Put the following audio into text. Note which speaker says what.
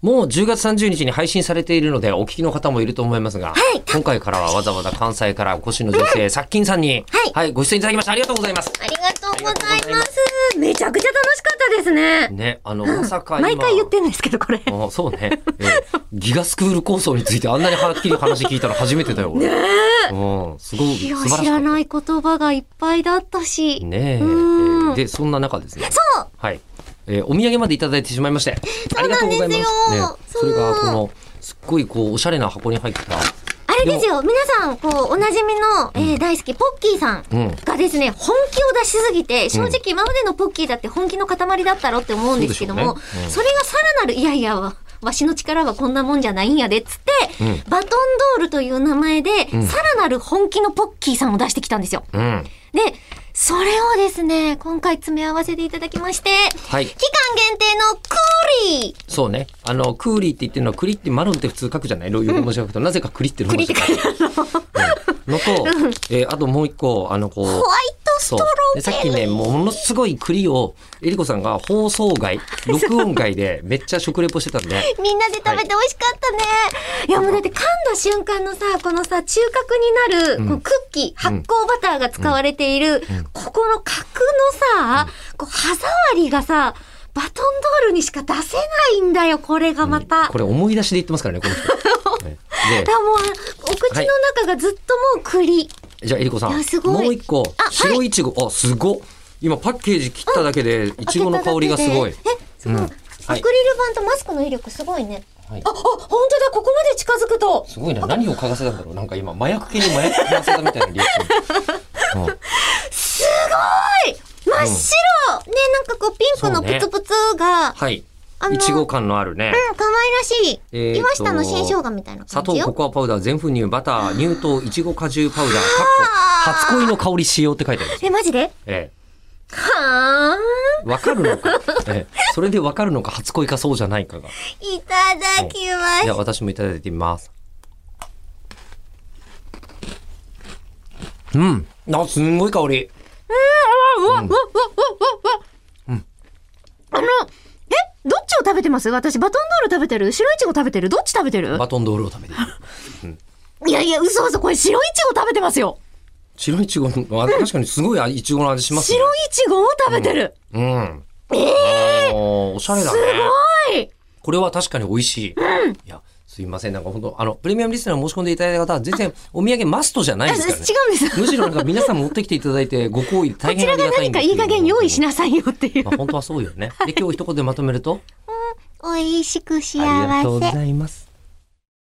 Speaker 1: もう10月30日に配信されているのでお聞きの方もいると思いますが、
Speaker 2: はい
Speaker 1: 今回からはわざわざ関西からお越しの女性、さっきんさんに、
Speaker 2: はい
Speaker 1: ご出演いただきました。ありがとうございます。
Speaker 2: ありがとうございます。めちゃくちゃ楽しかったですね。
Speaker 1: ね、あの、まさか今。
Speaker 2: 毎回言ってんですけど、これ。ね
Speaker 1: あそうね、ええギガスクール構想についてあんなにはっきり話聞いたの初めてだよ。ねうん、すごい、
Speaker 2: い
Speaker 1: 素
Speaker 2: や、
Speaker 1: 晴らし
Speaker 2: 知ら
Speaker 1: い。
Speaker 2: ない言葉がいっぱいだったし。
Speaker 1: ねえ
Speaker 2: うん
Speaker 1: ええで、そんな中ですね。
Speaker 2: そう
Speaker 1: はい。えーお土産までいただいてしまいまして。ありが
Speaker 2: うな
Speaker 1: とうんご
Speaker 2: です
Speaker 1: ざ
Speaker 2: よ
Speaker 1: います。
Speaker 2: そ
Speaker 1: そうれが、この、すっごい、こう、おしゃれな箱に入った。
Speaker 2: あれですよ、皆さん、こう、おなじみの、えー大好き、ポッキーさん
Speaker 1: うん
Speaker 2: がですね、本気を出しすぎて、正直今までのポッキーだって本気の塊だったろって思うんですけど
Speaker 1: そう
Speaker 2: も
Speaker 1: でしょうねうん、
Speaker 2: それがさらなる、いやいや、わわしの力はこんなもんじゃないんやで、つっ
Speaker 1: う
Speaker 2: て、
Speaker 1: ん
Speaker 2: バトンドールという名前で、さらなる本気のポッキーさんを出してきたんですよ。
Speaker 1: うん。
Speaker 2: で、それをですね、今回詰め合わせていただきまして、
Speaker 1: はい
Speaker 2: 期間限定のクーリー
Speaker 1: そうね。あの、クーリーって言ってるのは、栗ってマロンって普通書くじゃない横文字書くと、なぜか栗っていう
Speaker 2: 栗
Speaker 1: 文
Speaker 2: って
Speaker 1: 字
Speaker 2: 書いてあるの。ホワイ
Speaker 1: のと、えーあともう一個、あの、こう。
Speaker 2: トス
Speaker 1: そ
Speaker 2: ト
Speaker 1: う
Speaker 2: ロ
Speaker 1: で
Speaker 2: ー
Speaker 1: さ
Speaker 2: ベ
Speaker 1: っき
Speaker 2: リー。
Speaker 1: ね、ものすごい栗を、えりこさんが放送 外、録音外でめっちゃ食レポしてたんで、
Speaker 2: みんなで食べて美味しかったね。い、やもうだって噛んだ瞬間のさ、このさ、中核になる、こうクッキー、発酵バターが使われている、ここの角のさ、こう歯触りがさ、バトンドールにしか出せないんだよ、これがまた。
Speaker 1: これ思い出しで言ってますからね、この 人。ね
Speaker 2: だからもう、お口の中がずっともう栗。
Speaker 1: で、じゃあえりこさ
Speaker 2: い
Speaker 1: ん
Speaker 2: やす、ごい
Speaker 1: もう一個
Speaker 2: あは、い
Speaker 1: 白いちご、あ、すごっ今パッケージ切っただけで、いちごの香りがすごい
Speaker 2: 開。けただけでえ、すごい。
Speaker 1: うん
Speaker 2: アク
Speaker 1: はい
Speaker 2: リル板とマスクの威力すごいね。
Speaker 1: はい
Speaker 2: あ、あ、本当だ、ここまで近づくと。
Speaker 1: すごいな、何を嗅がせたんだろう。なんか今、麻薬系に麻薬嗅がせたみたいなリア クション。うん
Speaker 2: すごい真っ白、ね、なんかこう、ピンクのプツプツが、
Speaker 1: はい。
Speaker 2: あの
Speaker 1: いちご感のあるね。
Speaker 2: うん、可愛らしい。
Speaker 1: えーと
Speaker 2: 岩下の新生姜みたいな
Speaker 1: 砂
Speaker 2: 感
Speaker 1: 糖
Speaker 2: じ、
Speaker 1: コ
Speaker 2: よ。
Speaker 1: コアパウダー、全粉乳、バター、乳糖、いちご果汁パウダー、かっこ初恋の香り使用って書いてあるんですよ。
Speaker 2: え、マジで
Speaker 1: え
Speaker 2: はー
Speaker 1: え。わかるの か。ええ。それでわかるのか、初恋かそうじゃないかが。
Speaker 2: ん。いただきま
Speaker 1: い
Speaker 2: す。
Speaker 1: や、私もいただいてみます。うん。あ、すんごい香り。
Speaker 2: うわ、うわ、うわ、うわ、うわ。あの、え、どっちを食べてます私、バトンドール食べてる白いちご食べてるどっち食べてる
Speaker 1: バトンドールを食べている。
Speaker 2: いやいや、嘘嘘、これ白いちご食べてますよ。
Speaker 1: 白いちごの、あ確かにすごいいちごの味しますね。
Speaker 2: 白いちごを食べてる。
Speaker 1: うん。
Speaker 2: ええ
Speaker 1: あーおしゃれだ
Speaker 2: す
Speaker 1: ね。
Speaker 2: ごい
Speaker 1: これは確かに美味しい。いや、すいません。なんか本当あの、プレミアムリスナー申し込んでいただいた方は、全然お土産マストじゃない
Speaker 2: あ
Speaker 1: です
Speaker 2: 違
Speaker 1: か
Speaker 2: う
Speaker 1: ら
Speaker 2: ん
Speaker 1: ね
Speaker 2: で。す。
Speaker 1: むしろなんか皆さん持ってきていただいて、ご好意で
Speaker 2: こ
Speaker 1: 大
Speaker 2: ち
Speaker 1: 変あ
Speaker 2: ら
Speaker 1: り
Speaker 2: が
Speaker 1: がたい
Speaker 2: 何
Speaker 1: んで
Speaker 2: か
Speaker 1: す
Speaker 2: い
Speaker 1: け
Speaker 2: い加減用意し
Speaker 1: な
Speaker 2: なさいよっていう
Speaker 1: ま。あ本当はそうよね。で、今日一言でまとめると、
Speaker 2: 美味しく幸
Speaker 1: ありがとうございます。